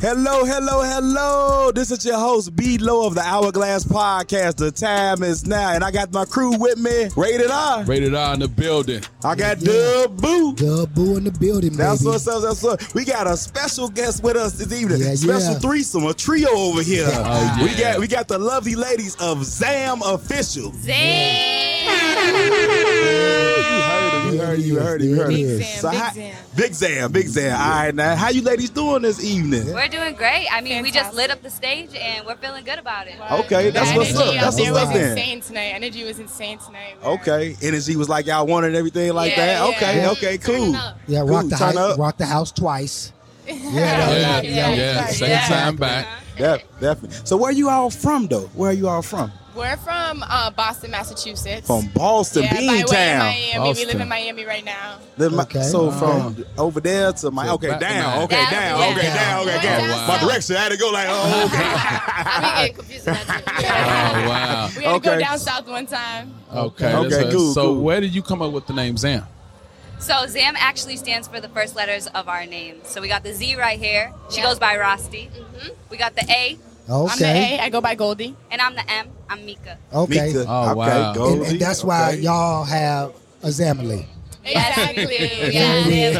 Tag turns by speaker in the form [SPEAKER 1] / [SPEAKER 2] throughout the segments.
[SPEAKER 1] Hello, hello, hello. This is your host, B Low of the Hourglass Podcast. The time is now, and I got my crew with me. Rated R.
[SPEAKER 2] Rated R in the building.
[SPEAKER 1] I got Dub Boo.
[SPEAKER 3] The boo in the building,
[SPEAKER 1] That's
[SPEAKER 3] baby.
[SPEAKER 1] what's up. That's what's up. We got a special guest with us this evening.
[SPEAKER 3] Yeah,
[SPEAKER 1] special
[SPEAKER 3] yeah.
[SPEAKER 1] threesome, a trio over here.
[SPEAKER 2] Oh,
[SPEAKER 1] We
[SPEAKER 2] yeah.
[SPEAKER 1] got we got the lovely ladies of Zam Official. You heard it. You heard it. You heard it. You heard
[SPEAKER 3] Big
[SPEAKER 1] it.
[SPEAKER 4] Zam,
[SPEAKER 1] So
[SPEAKER 4] Big
[SPEAKER 1] how-
[SPEAKER 4] Zam.
[SPEAKER 1] Big Zam. Big Zam. All right, now how you ladies doing this evening?
[SPEAKER 5] We're doing great. I mean, we just
[SPEAKER 4] Fantastic.
[SPEAKER 5] lit up the stage and we're feeling good about it.
[SPEAKER 1] Okay, that's
[SPEAKER 4] the
[SPEAKER 1] what's
[SPEAKER 4] energy
[SPEAKER 1] up. That's
[SPEAKER 4] out there
[SPEAKER 1] what's up
[SPEAKER 4] was
[SPEAKER 1] then.
[SPEAKER 4] insane tonight. Energy was insane tonight. We were-
[SPEAKER 1] Okay, energy was like y'all wanted everything like
[SPEAKER 4] Yeah,
[SPEAKER 1] that.
[SPEAKER 4] yeah.
[SPEAKER 1] Okay,
[SPEAKER 4] Yeah.
[SPEAKER 1] okay,
[SPEAKER 4] Turn it
[SPEAKER 1] cool.
[SPEAKER 4] up.
[SPEAKER 3] Yeah,
[SPEAKER 1] Cool,
[SPEAKER 3] rock the
[SPEAKER 1] turn
[SPEAKER 3] house,
[SPEAKER 1] up.
[SPEAKER 3] rock the house twice. Yeah,
[SPEAKER 2] Yeah, yeah,
[SPEAKER 4] yeah, yeah.
[SPEAKER 2] Second
[SPEAKER 4] Yeah.
[SPEAKER 2] time back.
[SPEAKER 1] Yeah, definitely. So where you all from though? Where are you all from?
[SPEAKER 4] We're from uh, Boston, Massachusetts.
[SPEAKER 1] From Boston,
[SPEAKER 4] yeah, by way
[SPEAKER 1] Bean
[SPEAKER 4] of
[SPEAKER 1] Town.
[SPEAKER 4] Miami. We live
[SPEAKER 2] Boston.
[SPEAKER 4] in Miami right now.
[SPEAKER 1] Then my-
[SPEAKER 3] Okay.
[SPEAKER 1] So
[SPEAKER 3] All
[SPEAKER 1] from over there to my
[SPEAKER 2] So
[SPEAKER 1] okay
[SPEAKER 2] back to
[SPEAKER 1] down,
[SPEAKER 2] Miami.
[SPEAKER 1] okay
[SPEAKER 5] Down,
[SPEAKER 1] down,
[SPEAKER 5] yeah.
[SPEAKER 1] okay down, okay
[SPEAKER 4] Going
[SPEAKER 1] down.
[SPEAKER 4] down
[SPEAKER 1] My
[SPEAKER 4] south.
[SPEAKER 1] direction, I had to go like oh okay,
[SPEAKER 6] I'm getting confused with that
[SPEAKER 2] Oh wow.
[SPEAKER 4] We had to
[SPEAKER 1] Okay.
[SPEAKER 4] go down south one time.
[SPEAKER 2] Okay.
[SPEAKER 1] Okay,
[SPEAKER 2] that's a-
[SPEAKER 1] cool,
[SPEAKER 2] So
[SPEAKER 1] cool.
[SPEAKER 2] where did you come up with the name Zam?
[SPEAKER 5] So Zam actually stands for the first letters of our name. So we got the Z right here. She
[SPEAKER 6] Yeah.
[SPEAKER 5] goes by Rosti. We got the A,
[SPEAKER 4] I'm the
[SPEAKER 3] Okay.
[SPEAKER 4] A. I go by Goldie.
[SPEAKER 5] and I'm the M. I'm Mika.
[SPEAKER 3] Okay.
[SPEAKER 1] Mika,
[SPEAKER 2] Oh,
[SPEAKER 1] okay,
[SPEAKER 2] wow.
[SPEAKER 1] go.
[SPEAKER 3] And, and that's why
[SPEAKER 1] Okay.
[SPEAKER 3] y'all have a Zamily.
[SPEAKER 4] Exactly.
[SPEAKER 6] Yeah.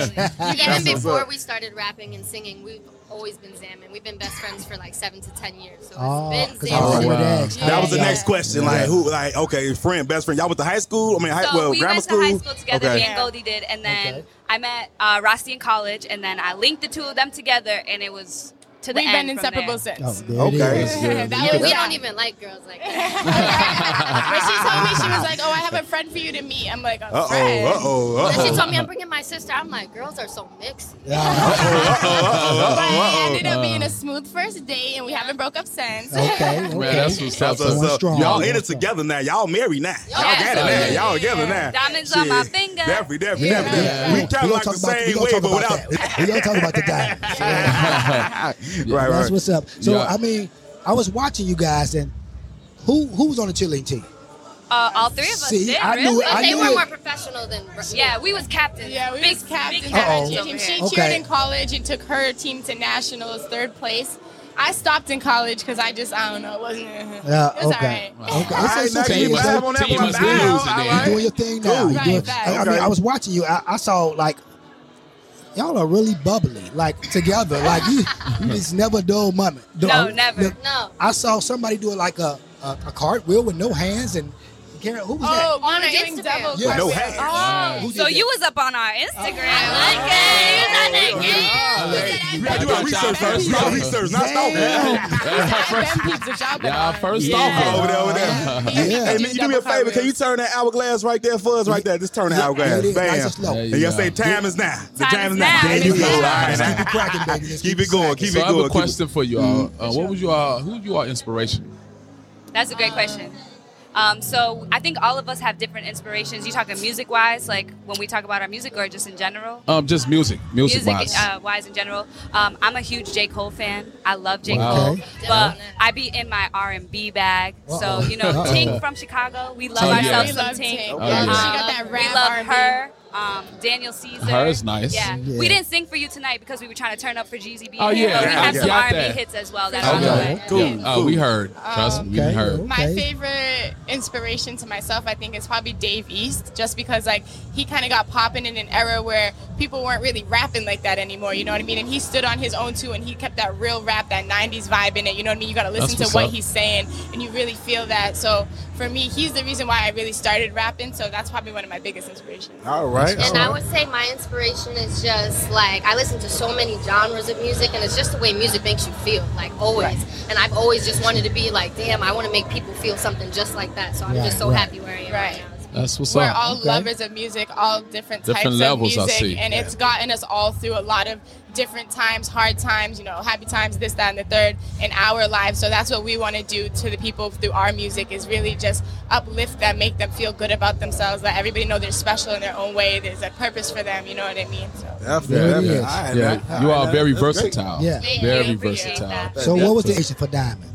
[SPEAKER 5] Yeah.
[SPEAKER 6] too.
[SPEAKER 1] That's
[SPEAKER 6] Even
[SPEAKER 1] what's
[SPEAKER 6] before
[SPEAKER 1] up.
[SPEAKER 6] we started rapping and singing, we've always been Zamin. We've been best friends for like seven to ten years. So
[SPEAKER 3] Oh,
[SPEAKER 6] it's been
[SPEAKER 3] because I was
[SPEAKER 6] Zamin.
[SPEAKER 3] gonna
[SPEAKER 2] wow.
[SPEAKER 3] ask.
[SPEAKER 1] That was the
[SPEAKER 4] Yeah.
[SPEAKER 1] next question. Like who? Like okay, friend, best friend. Y'all went to high school. I mean, high,
[SPEAKER 5] So
[SPEAKER 1] well,
[SPEAKER 5] we
[SPEAKER 1] grammar
[SPEAKER 5] went
[SPEAKER 1] school.
[SPEAKER 5] to high school together.
[SPEAKER 1] Okay.
[SPEAKER 5] Me and Goldie did, and then
[SPEAKER 3] Okay.
[SPEAKER 5] I met uh, Rosti in college, and then I linked the two of them together, and it was to the
[SPEAKER 4] We've
[SPEAKER 5] end
[SPEAKER 4] been
[SPEAKER 5] from
[SPEAKER 4] inseparable
[SPEAKER 5] there.
[SPEAKER 3] Oh,
[SPEAKER 4] since.
[SPEAKER 3] there
[SPEAKER 1] Okay.
[SPEAKER 3] it is.
[SPEAKER 4] that
[SPEAKER 2] Yeah,
[SPEAKER 4] was
[SPEAKER 6] We
[SPEAKER 4] yeah.
[SPEAKER 6] don't even like girls like that.
[SPEAKER 4] When she told me, she was like, "Oh, I have a friend for you to meet." I'm like, "A
[SPEAKER 1] Uh
[SPEAKER 4] friend?"
[SPEAKER 1] oh, uh oh, uh
[SPEAKER 6] Then she
[SPEAKER 1] oh.
[SPEAKER 6] told me I'm bringing my sister. I'm like, girls are so mixed.
[SPEAKER 3] Yeah.
[SPEAKER 4] But it ended up being a smooth first date, and we haven't broke up since.
[SPEAKER 3] Oh, Okay. Okay.
[SPEAKER 2] Man, that's what's up.
[SPEAKER 1] That's what's
[SPEAKER 3] Going
[SPEAKER 1] up.
[SPEAKER 3] strong.
[SPEAKER 1] Y'all
[SPEAKER 3] Going
[SPEAKER 1] in it
[SPEAKER 3] strong.
[SPEAKER 1] together now. Y'all married now. Y'all
[SPEAKER 5] Yes.
[SPEAKER 1] got it
[SPEAKER 2] Yeah.
[SPEAKER 1] now. Y'all together now.
[SPEAKER 5] Diamonds on my finger.
[SPEAKER 1] Definitely, definitely,
[SPEAKER 3] Yeah,
[SPEAKER 1] definitely.
[SPEAKER 2] yeah.
[SPEAKER 1] We
[SPEAKER 3] We
[SPEAKER 1] kind of
[SPEAKER 3] gonna
[SPEAKER 1] like the
[SPEAKER 3] talk about- we
[SPEAKER 1] same
[SPEAKER 3] gonna
[SPEAKER 1] way,
[SPEAKER 3] talk
[SPEAKER 1] but
[SPEAKER 3] about
[SPEAKER 1] without.
[SPEAKER 3] that. we don't talk about the diamonds.
[SPEAKER 1] Right,
[SPEAKER 3] That's
[SPEAKER 1] right.
[SPEAKER 3] what's up. So
[SPEAKER 2] Yeah.
[SPEAKER 3] I mean, I was watching you guys, and who who was on the cheerleading team?
[SPEAKER 5] Uh, all three of us
[SPEAKER 3] See,
[SPEAKER 5] did.
[SPEAKER 3] I knew
[SPEAKER 5] really.
[SPEAKER 3] it. I
[SPEAKER 6] But they
[SPEAKER 3] knew
[SPEAKER 6] were
[SPEAKER 3] it.
[SPEAKER 6] more professional than
[SPEAKER 5] Yeah, we was captains.
[SPEAKER 4] Yeah, we
[SPEAKER 5] big,
[SPEAKER 4] was captains.
[SPEAKER 5] Big
[SPEAKER 4] of our
[SPEAKER 3] Uh-oh.
[SPEAKER 5] captains over
[SPEAKER 4] team. She
[SPEAKER 5] here.
[SPEAKER 3] Okay.
[SPEAKER 4] cheered in college and took her team to nationals, third place. I stopped in college because I just I don't know, it wasn't.
[SPEAKER 3] Yeah,
[SPEAKER 4] it was
[SPEAKER 3] Uh, okay.
[SPEAKER 4] all right.
[SPEAKER 3] Okay,
[SPEAKER 1] All right,
[SPEAKER 3] it's, it's
[SPEAKER 1] now
[SPEAKER 3] okay.
[SPEAKER 1] you
[SPEAKER 3] It's
[SPEAKER 1] vibe
[SPEAKER 3] okay.
[SPEAKER 1] on that
[SPEAKER 2] Team
[SPEAKER 1] one.
[SPEAKER 2] must
[SPEAKER 1] Now,
[SPEAKER 2] be
[SPEAKER 1] all
[SPEAKER 2] losing then.
[SPEAKER 1] right.
[SPEAKER 3] You're doing your thing now.
[SPEAKER 1] Cool.
[SPEAKER 3] You're doing-
[SPEAKER 4] Right,
[SPEAKER 3] I, I mean,
[SPEAKER 1] okay.
[SPEAKER 3] I was watching you. I, I saw like y'all are really bubbly, like together. Like you, you just never dull moment. Dull.
[SPEAKER 5] No, never.
[SPEAKER 3] The-
[SPEAKER 6] No.
[SPEAKER 3] I saw somebody doing like a a, a cartwheel with no hands and Karen, who was
[SPEAKER 4] Oh,
[SPEAKER 6] On
[SPEAKER 4] we were
[SPEAKER 6] our
[SPEAKER 4] doing
[SPEAKER 6] Instagram.
[SPEAKER 4] double.
[SPEAKER 3] Yeah.
[SPEAKER 1] No
[SPEAKER 4] cartwheels.
[SPEAKER 1] hats.
[SPEAKER 3] that? Who
[SPEAKER 5] Oh,
[SPEAKER 3] did
[SPEAKER 5] so
[SPEAKER 3] that?
[SPEAKER 5] you was up on our Instagram.
[SPEAKER 6] I like it.
[SPEAKER 1] You gotta do our
[SPEAKER 2] Y'all
[SPEAKER 1] research first.
[SPEAKER 2] first
[SPEAKER 1] Y'all
[SPEAKER 2] stalker.
[SPEAKER 1] research, not stalking.
[SPEAKER 3] Damn.
[SPEAKER 4] I bet people to job
[SPEAKER 2] Y'all
[SPEAKER 4] it.
[SPEAKER 2] first
[SPEAKER 3] Yeah.
[SPEAKER 2] off.
[SPEAKER 1] Over there, over there.
[SPEAKER 3] Yeah.
[SPEAKER 1] Hey, man, you do me a favor. Can you turn that hourglass right there for us, right there? Just turn the hourglass.
[SPEAKER 3] It is
[SPEAKER 1] Bam.
[SPEAKER 3] nice and slow.
[SPEAKER 2] There
[SPEAKER 1] And y'all
[SPEAKER 2] go.
[SPEAKER 1] say time is now. The
[SPEAKER 5] Time
[SPEAKER 1] time
[SPEAKER 5] is
[SPEAKER 1] is now.
[SPEAKER 5] now.
[SPEAKER 1] There you go. All right.
[SPEAKER 3] Let's keep it
[SPEAKER 1] now.
[SPEAKER 3] cracking, baby. Let's
[SPEAKER 1] Keep it going. Keep
[SPEAKER 2] So
[SPEAKER 1] it
[SPEAKER 2] I have
[SPEAKER 1] going.
[SPEAKER 2] a
[SPEAKER 1] Keep it-
[SPEAKER 2] question for you all. Uh, what was you all? Who you all inspiration?
[SPEAKER 5] That's a great question. Um, so I think all of us have different inspirations. You talking music wise, like when we talk about our music, or just in general.
[SPEAKER 2] Um, just music, music, wise.
[SPEAKER 5] uh, wise in general. Um, I'm a huge J Cole fan. I love J
[SPEAKER 2] Wow.
[SPEAKER 5] Cole,
[SPEAKER 3] Okay.
[SPEAKER 5] but I be in my R&B bag.
[SPEAKER 3] Uh-oh.
[SPEAKER 5] So you know,
[SPEAKER 3] Uh-oh.
[SPEAKER 5] Tink from Chicago. We love
[SPEAKER 2] Oh, yeah.
[SPEAKER 5] ourselves
[SPEAKER 4] We
[SPEAKER 5] some
[SPEAKER 4] love Tink.
[SPEAKER 5] Tink.
[SPEAKER 2] Oh, yeah.
[SPEAKER 5] Um,
[SPEAKER 2] She
[SPEAKER 4] got that
[SPEAKER 5] we
[SPEAKER 4] rap
[SPEAKER 5] love
[SPEAKER 4] R&B.
[SPEAKER 5] her. Um, Daniel Caesar.
[SPEAKER 2] Her is nice.
[SPEAKER 5] Yeah.
[SPEAKER 3] Yeah.
[SPEAKER 5] we didn't sing for you tonight because we were trying to turn up for Jeezy B.
[SPEAKER 2] Oh, yeah.
[SPEAKER 5] but we
[SPEAKER 1] Yeah, I
[SPEAKER 5] have some
[SPEAKER 2] got
[SPEAKER 5] R&B
[SPEAKER 2] that.
[SPEAKER 5] hits as well. That's
[SPEAKER 2] Okay.
[SPEAKER 5] on the way.
[SPEAKER 1] Cool.
[SPEAKER 5] Yeah.
[SPEAKER 2] Uh, we heard. Trust me,
[SPEAKER 3] Okay.
[SPEAKER 2] we heard.
[SPEAKER 4] My
[SPEAKER 3] Okay.
[SPEAKER 4] favorite inspiration to myself, I think, is probably Dave East, just because like he kind of got popping in an era where people weren't really rapping like that anymore. You know what I mean? And he stood on his own too, and he kept that real rap, that '90s vibe in it. You know what I mean? You gotta listen
[SPEAKER 2] That's what's
[SPEAKER 4] to what
[SPEAKER 2] up.
[SPEAKER 4] he's saying, and you really feel that. So for me, he's the reason why I really started rapping. So that's probably one of my biggest inspirations.
[SPEAKER 1] All right.
[SPEAKER 6] And I would say my inspiration is just like I listen to so many genres of music, and it's just the way music makes you feel, like always. And I've always just wanted to be like, damn, I want to make people feel something just like that. So I'm
[SPEAKER 3] Right,
[SPEAKER 6] just so
[SPEAKER 3] right.
[SPEAKER 6] happy where I am right,
[SPEAKER 4] Right.
[SPEAKER 6] now.
[SPEAKER 2] That's what's
[SPEAKER 4] We're
[SPEAKER 2] up.
[SPEAKER 4] all
[SPEAKER 3] Okay.
[SPEAKER 4] lovers of music, all different,
[SPEAKER 2] Different
[SPEAKER 4] types
[SPEAKER 2] levels, I
[SPEAKER 4] of music,
[SPEAKER 2] see.
[SPEAKER 4] and it's gotten us all through a lot of different times, hard times, you know, happy times, this, that, and the third in our lives. So that's what we want to do to the people through our music is really just uplift them, make them feel good about themselves, let everybody know they're special in their own way. There's a purpose for them. You know what I mean? So.
[SPEAKER 1] Definitely,
[SPEAKER 3] There it
[SPEAKER 1] definitely.
[SPEAKER 3] is.
[SPEAKER 1] All right,
[SPEAKER 2] yeah,
[SPEAKER 1] man. All
[SPEAKER 2] you
[SPEAKER 1] right,
[SPEAKER 2] all
[SPEAKER 1] man.
[SPEAKER 2] very
[SPEAKER 1] That's great.
[SPEAKER 2] versatile.
[SPEAKER 3] Yeah.
[SPEAKER 5] Thank you.
[SPEAKER 2] very
[SPEAKER 5] Appreciate
[SPEAKER 2] versatile.
[SPEAKER 5] that.
[SPEAKER 3] So what was the issue for Diamond?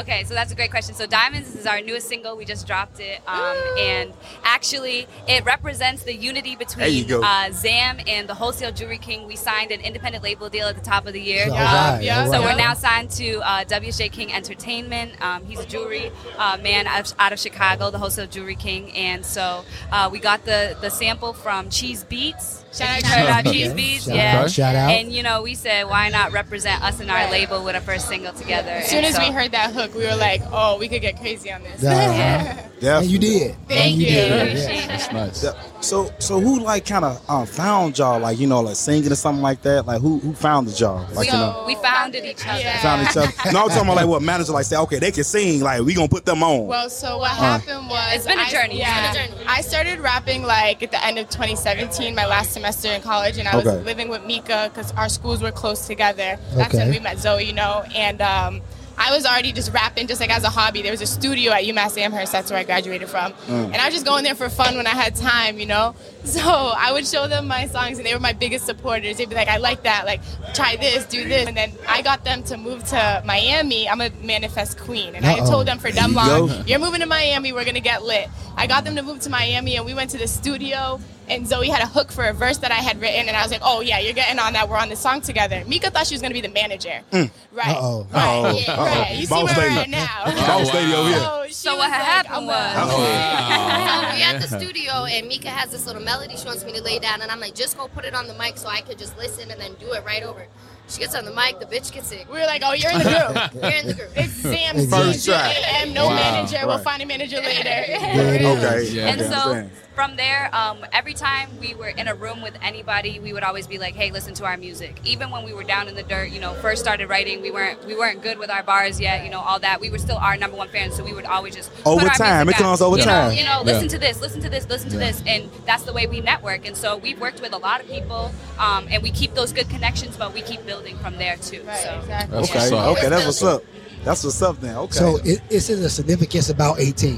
[SPEAKER 5] Okay, so that's a great question. So Diamonds is our newest single. We just dropped it. Um, and actually, it represents the unity between
[SPEAKER 1] go.
[SPEAKER 5] uh, Zam and the Wholesale Jewelry King. We signed an independent label deal at the top of the year.
[SPEAKER 3] All
[SPEAKER 4] Yeah,
[SPEAKER 3] right,
[SPEAKER 4] yeah.
[SPEAKER 3] all
[SPEAKER 5] So
[SPEAKER 3] right.
[SPEAKER 5] we're now signed to uh, WJ King Entertainment. Um, he's a jewelry uh, man out of, out of Chicago, the wholesale jewelry king. And so uh, we got the, the sample from Cheese Beats.
[SPEAKER 4] Shout out
[SPEAKER 5] Shout out
[SPEAKER 4] Cheese
[SPEAKER 5] Cheese
[SPEAKER 4] Beats.
[SPEAKER 5] Beats,
[SPEAKER 3] Shout
[SPEAKER 5] yeah.
[SPEAKER 3] out, shout out.
[SPEAKER 5] And you know, we said, why not represent us and our
[SPEAKER 4] Right.
[SPEAKER 5] label with our first single together?
[SPEAKER 4] As soon
[SPEAKER 5] And
[SPEAKER 4] as
[SPEAKER 5] so-
[SPEAKER 4] we heard that hook, we were like, oh, we could get crazy on this.
[SPEAKER 3] Yeah.
[SPEAKER 1] Definitely.
[SPEAKER 3] And you did.
[SPEAKER 4] Thank
[SPEAKER 3] and you.
[SPEAKER 4] you.
[SPEAKER 3] Did. yeah.
[SPEAKER 5] Appreciate it.
[SPEAKER 2] That's nice.
[SPEAKER 1] Yeah. So, so who like kind of uh, found y'all? Like you know, like singing or something like that. Like who who founded y'all? Like you know,
[SPEAKER 5] We founded each other.
[SPEAKER 4] Yeah.
[SPEAKER 1] found each other. No, I'm talking about like what manager like say, okay, they can sing. Like we gonna put them on.
[SPEAKER 4] Well, so what happened was
[SPEAKER 5] It's been a
[SPEAKER 4] I-
[SPEAKER 5] journey. It's
[SPEAKER 4] yeah,
[SPEAKER 6] been a journey.
[SPEAKER 4] I started rapping like at the end of 2017, my last semester in college, and I was
[SPEAKER 1] Okay.
[SPEAKER 4] living with Mika because our schools were close together. That's when
[SPEAKER 3] Okay.
[SPEAKER 4] we met Zoe, you know, and. Um, I was already just rapping just like as a hobby. There was a studio at UMass Amherst, that's where I graduated from. And I was just going there for fun when I had time, you know? So I would show them my songs and they were my biggest supporters. They'd be like, I like that, like try this, do this. And then I got them to move to Miami. I'm a manifest queen. And I
[SPEAKER 3] Uh-oh.
[SPEAKER 4] had told them for
[SPEAKER 1] There you
[SPEAKER 4] Dumlong,
[SPEAKER 1] go.
[SPEAKER 4] you're moving to Miami, we're gonna get lit. I got them to move to Miami and we went to the studio and Zoe had a hook for a verse that I had written and I was like, Oh yeah, you're getting on that, we're on the song together. Mika thought she was gonna be the manager. Right.
[SPEAKER 3] Uh-oh.
[SPEAKER 4] Right.
[SPEAKER 1] Mm. Uh-oh.
[SPEAKER 4] right. You see
[SPEAKER 1] Boss
[SPEAKER 4] where
[SPEAKER 1] lady.
[SPEAKER 4] we're at now.
[SPEAKER 1] Boss lady over here.
[SPEAKER 4] So, she
[SPEAKER 5] So
[SPEAKER 4] was
[SPEAKER 5] what
[SPEAKER 4] like, "Oh,
[SPEAKER 5] happened
[SPEAKER 4] "I'm a-
[SPEAKER 5] was,
[SPEAKER 6] So we at the
[SPEAKER 2] Wow.
[SPEAKER 6] studio and Mika has this little melody she wants me to lay down and I'm like, just go put it on the mic so I could just listen and then do it right over. She gets on the mic, the bitch gets sick.
[SPEAKER 4] we were like, Oh, you're in the group.
[SPEAKER 6] We're in the group.
[SPEAKER 4] It's Sam
[SPEAKER 1] First try.
[SPEAKER 4] CJM, no
[SPEAKER 2] Wow.
[SPEAKER 4] manager, we'll
[SPEAKER 1] Right.
[SPEAKER 4] find a manager later.
[SPEAKER 3] it is.
[SPEAKER 1] Okay.
[SPEAKER 2] Yeah.
[SPEAKER 5] And
[SPEAKER 1] okay,
[SPEAKER 5] so
[SPEAKER 1] understand.
[SPEAKER 5] from there, um, every time we were in a room with anybody, we would always be like, "Hey, listen to our music." Even when we were down in the dirt, you know, first started writing, we weren't we weren't good with our bars yet, you know, all that. We were still our number one fans, so we would always just put
[SPEAKER 1] Over
[SPEAKER 5] our
[SPEAKER 1] time,
[SPEAKER 5] music
[SPEAKER 1] it comes
[SPEAKER 5] out.
[SPEAKER 1] over
[SPEAKER 5] you know,
[SPEAKER 1] time.
[SPEAKER 5] you know,
[SPEAKER 2] Yeah.
[SPEAKER 5] listen to this, listen to this, listen to
[SPEAKER 2] Yeah.
[SPEAKER 5] this, and that's the way we network. And so we've worked with a lot of people, um, and we keep those good connections, but we keep building from there too.
[SPEAKER 4] Right,
[SPEAKER 5] so.
[SPEAKER 4] exactly.
[SPEAKER 2] That's
[SPEAKER 1] okay,
[SPEAKER 2] what's up.
[SPEAKER 1] okay, that's what's up. That's what's up then. Okay.
[SPEAKER 3] So it, it's in the significance about 18.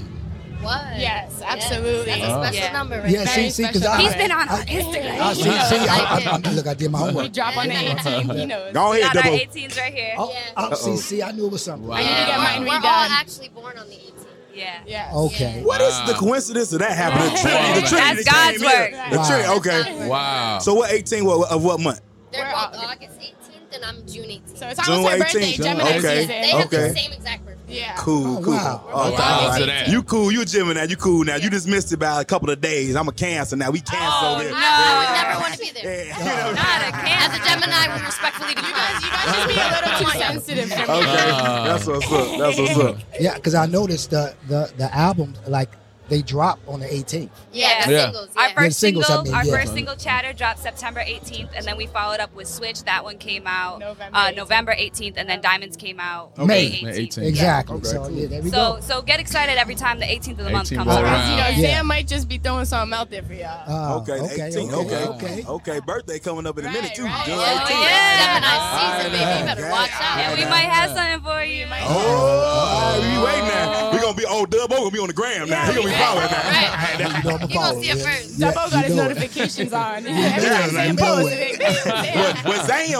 [SPEAKER 6] What?
[SPEAKER 4] Yes, absolutely.
[SPEAKER 6] That's a special
[SPEAKER 5] Yeah.
[SPEAKER 6] number right
[SPEAKER 3] Yeah,
[SPEAKER 6] there.
[SPEAKER 3] see, see, because I,
[SPEAKER 5] He's been
[SPEAKER 3] I,
[SPEAKER 5] on our Instagram.
[SPEAKER 3] I Ah, see, see, I, I,
[SPEAKER 6] Yeah.
[SPEAKER 3] look, I did my
[SPEAKER 4] We
[SPEAKER 3] homework.
[SPEAKER 4] drop on the 18th, he knows.
[SPEAKER 1] Go
[SPEAKER 5] We
[SPEAKER 1] ahead,
[SPEAKER 5] got our
[SPEAKER 1] double.
[SPEAKER 5] 18s right here.
[SPEAKER 3] Oh,
[SPEAKER 6] Yeah.
[SPEAKER 3] oh, see,
[SPEAKER 1] Uh-oh.
[SPEAKER 3] see, I knew it was something.
[SPEAKER 2] Wow.
[SPEAKER 4] I need to get mine
[SPEAKER 6] We're
[SPEAKER 4] redone.
[SPEAKER 6] all actually born on the 18th.
[SPEAKER 5] Yeah.
[SPEAKER 4] yes.
[SPEAKER 3] Okay.
[SPEAKER 1] What is
[SPEAKER 2] Wow.
[SPEAKER 1] the coincidence of that happening? The Trinity, the
[SPEAKER 2] That's
[SPEAKER 1] Trinity
[SPEAKER 5] God's
[SPEAKER 1] came here.
[SPEAKER 5] work.
[SPEAKER 1] The
[SPEAKER 3] Wow.
[SPEAKER 1] Trinity,
[SPEAKER 6] That's
[SPEAKER 1] okay.
[SPEAKER 6] God's work.
[SPEAKER 1] So what 18 what, of what month?
[SPEAKER 6] They're
[SPEAKER 4] We're
[SPEAKER 6] both
[SPEAKER 4] all-
[SPEAKER 6] August 18th and I'm June 18th.
[SPEAKER 4] So it's almost
[SPEAKER 1] June
[SPEAKER 4] her birthday,
[SPEAKER 1] 18th.
[SPEAKER 4] Gemini
[SPEAKER 1] Okay.
[SPEAKER 4] season.
[SPEAKER 6] they have
[SPEAKER 1] okay.
[SPEAKER 6] the same exact birthday.
[SPEAKER 4] Yeah.
[SPEAKER 1] Cool,
[SPEAKER 3] Oh,
[SPEAKER 1] cool.
[SPEAKER 3] wow.
[SPEAKER 2] Oh,
[SPEAKER 1] all
[SPEAKER 2] wow.
[SPEAKER 1] right.
[SPEAKER 2] To that.
[SPEAKER 1] You cool, you a Gemini, you cool now. You just missed it by a couple of days. I'm a cancer now. We cancer
[SPEAKER 5] Oh,
[SPEAKER 1] over here.
[SPEAKER 5] no.
[SPEAKER 6] I would never want to be there.
[SPEAKER 1] Yeah, you know.
[SPEAKER 5] Not a
[SPEAKER 6] As
[SPEAKER 5] cancer.
[SPEAKER 6] a Gemini, we respectfully
[SPEAKER 4] You
[SPEAKER 6] decline.
[SPEAKER 4] guys, you guys just be a little too sensitive for me.
[SPEAKER 1] Okay,
[SPEAKER 2] Ah.
[SPEAKER 1] that's what's up. That's what's up.
[SPEAKER 3] Yeah, because I noticed the, the, the album, like, they drop on the 18th.
[SPEAKER 6] Yeah, the
[SPEAKER 2] Yeah.
[SPEAKER 6] singles.
[SPEAKER 5] Our
[SPEAKER 6] yeah.
[SPEAKER 5] first
[SPEAKER 3] Yeah, singles,
[SPEAKER 5] single,
[SPEAKER 3] I mean,
[SPEAKER 5] our
[SPEAKER 3] yeah.
[SPEAKER 5] first single, Chatter, dropped September 18th, and then we followed up with Switch. That one came out
[SPEAKER 4] November
[SPEAKER 5] uh,
[SPEAKER 4] 18th.
[SPEAKER 5] November 18th, and then Diamonds came out
[SPEAKER 3] Okay. May.
[SPEAKER 5] May 18th.
[SPEAKER 2] May 18th.
[SPEAKER 3] Exactly.
[SPEAKER 1] Okay,
[SPEAKER 3] So,
[SPEAKER 1] cool.
[SPEAKER 3] yeah, there we
[SPEAKER 5] So,
[SPEAKER 3] go.
[SPEAKER 5] so get excited every time the 18th of the month
[SPEAKER 2] 18th
[SPEAKER 5] comes
[SPEAKER 2] rolls
[SPEAKER 5] around.
[SPEAKER 2] around.
[SPEAKER 4] You know,
[SPEAKER 3] Yeah.
[SPEAKER 4] Sam might just be throwing something out there for y'all.
[SPEAKER 3] Uh,
[SPEAKER 1] Okay, okay, 18. Okay. okay, Birthday coming up in a minute, too.
[SPEAKER 4] Right, right.
[SPEAKER 1] June
[SPEAKER 5] Oh,
[SPEAKER 1] 18.
[SPEAKER 5] yeah.
[SPEAKER 6] Gemini season, baby. You better
[SPEAKER 1] Yeah.
[SPEAKER 6] watch out.
[SPEAKER 5] And we might have something for you.
[SPEAKER 3] Oh,
[SPEAKER 1] Oh, we waiting now. We're going to be old Dub O going to be on the gram now. He going to be following now.
[SPEAKER 6] Right.
[SPEAKER 3] Yeah, you know I'm a
[SPEAKER 6] You gonna
[SPEAKER 3] follower,
[SPEAKER 6] see it
[SPEAKER 3] yeah.
[SPEAKER 6] first.
[SPEAKER 3] Yeah,
[SPEAKER 4] Double
[SPEAKER 3] you
[SPEAKER 4] got his
[SPEAKER 3] know it.
[SPEAKER 4] notifications on. Every
[SPEAKER 1] Yeah,
[SPEAKER 4] time
[SPEAKER 1] like,
[SPEAKER 4] Sam
[SPEAKER 1] you know
[SPEAKER 4] posts,
[SPEAKER 3] it.
[SPEAKER 4] it. Sam.
[SPEAKER 1] But, but Sam,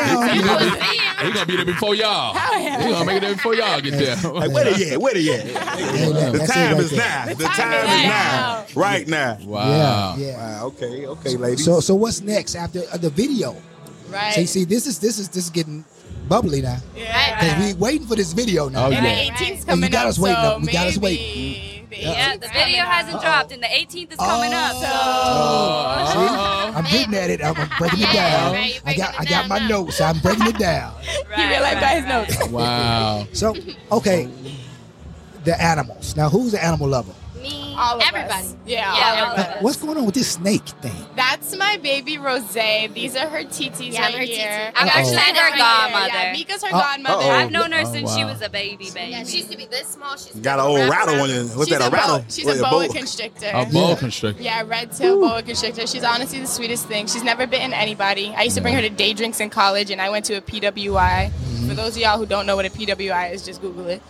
[SPEAKER 3] Damn. nigga.
[SPEAKER 2] He's gonna be there before y'all. He's gonna make it there before y'all get there.
[SPEAKER 1] like, where they at? Where they at?
[SPEAKER 3] Hey, now,
[SPEAKER 1] The
[SPEAKER 3] that's it
[SPEAKER 1] time
[SPEAKER 3] right
[SPEAKER 1] is
[SPEAKER 3] there.
[SPEAKER 1] now. The time is now. Right now.
[SPEAKER 2] Wow.
[SPEAKER 3] Yeah, yeah.
[SPEAKER 1] Wow, okay, okay, ladies.
[SPEAKER 3] So, so what's next after uh, the video?
[SPEAKER 4] Right.
[SPEAKER 3] See, see, this is this is this is getting bubbly now
[SPEAKER 4] Yeah.
[SPEAKER 3] because we waiting for this video now.
[SPEAKER 2] Oh,
[SPEAKER 4] And
[SPEAKER 2] Yeah.
[SPEAKER 4] the 18th's coming
[SPEAKER 3] got
[SPEAKER 4] up,
[SPEAKER 3] us waiting
[SPEAKER 4] so
[SPEAKER 3] up. We got us
[SPEAKER 4] maybe the
[SPEAKER 5] Yeah,
[SPEAKER 4] 18th's
[SPEAKER 5] the video
[SPEAKER 4] coming
[SPEAKER 5] hasn't
[SPEAKER 4] up.
[SPEAKER 5] dropped, and the 18th is coming
[SPEAKER 3] Oh.
[SPEAKER 5] up.
[SPEAKER 3] See, I'm getting at it. I'm, I'm breaking it
[SPEAKER 6] Yeah,
[SPEAKER 3] down.
[SPEAKER 6] right, you're
[SPEAKER 3] I got I
[SPEAKER 6] breaking it
[SPEAKER 3] got
[SPEAKER 6] down
[SPEAKER 3] my
[SPEAKER 6] now.
[SPEAKER 3] notes. I'm breaking it down.
[SPEAKER 5] So
[SPEAKER 4] He realized by his notes.
[SPEAKER 2] Wow.
[SPEAKER 3] So, okay, the animals. Now, who's the animal lover?
[SPEAKER 6] Me,
[SPEAKER 4] All of us.
[SPEAKER 6] everybody.
[SPEAKER 4] Yeah,
[SPEAKER 5] Yeah,
[SPEAKER 4] all of
[SPEAKER 5] all of
[SPEAKER 4] us.
[SPEAKER 5] us.
[SPEAKER 3] What's going on with this snake thing?
[SPEAKER 4] That's my baby Rose. These are her titis
[SPEAKER 6] Yeah,
[SPEAKER 4] right
[SPEAKER 6] I'm her
[SPEAKER 4] here.
[SPEAKER 6] TT.
[SPEAKER 5] I'm
[SPEAKER 3] Uh-oh.
[SPEAKER 5] actually her
[SPEAKER 4] Yeah,
[SPEAKER 5] godmother.
[SPEAKER 4] Mika's her
[SPEAKER 3] Uh,
[SPEAKER 4] godmother.
[SPEAKER 1] uh-oh.
[SPEAKER 5] I've known her
[SPEAKER 2] Oh,
[SPEAKER 5] since
[SPEAKER 2] wow.
[SPEAKER 5] she was a baby
[SPEAKER 6] Yeah, she
[SPEAKER 5] baby.
[SPEAKER 6] used to be this small. She's
[SPEAKER 1] Got an old rattle on you. What's
[SPEAKER 4] she's
[SPEAKER 1] that, a rattle?
[SPEAKER 4] Boa, she's
[SPEAKER 1] What,
[SPEAKER 4] a boa constrictor.
[SPEAKER 2] A boa
[SPEAKER 3] Yeah.
[SPEAKER 2] constrictor.
[SPEAKER 4] yeah, red tail boa constrictor. She's honestly the sweetest thing. She's never bitten anybody. I used to bring her to day drinks in college, and I went to a PWI. For those of y'all who don't know what a PWI is, just Google it.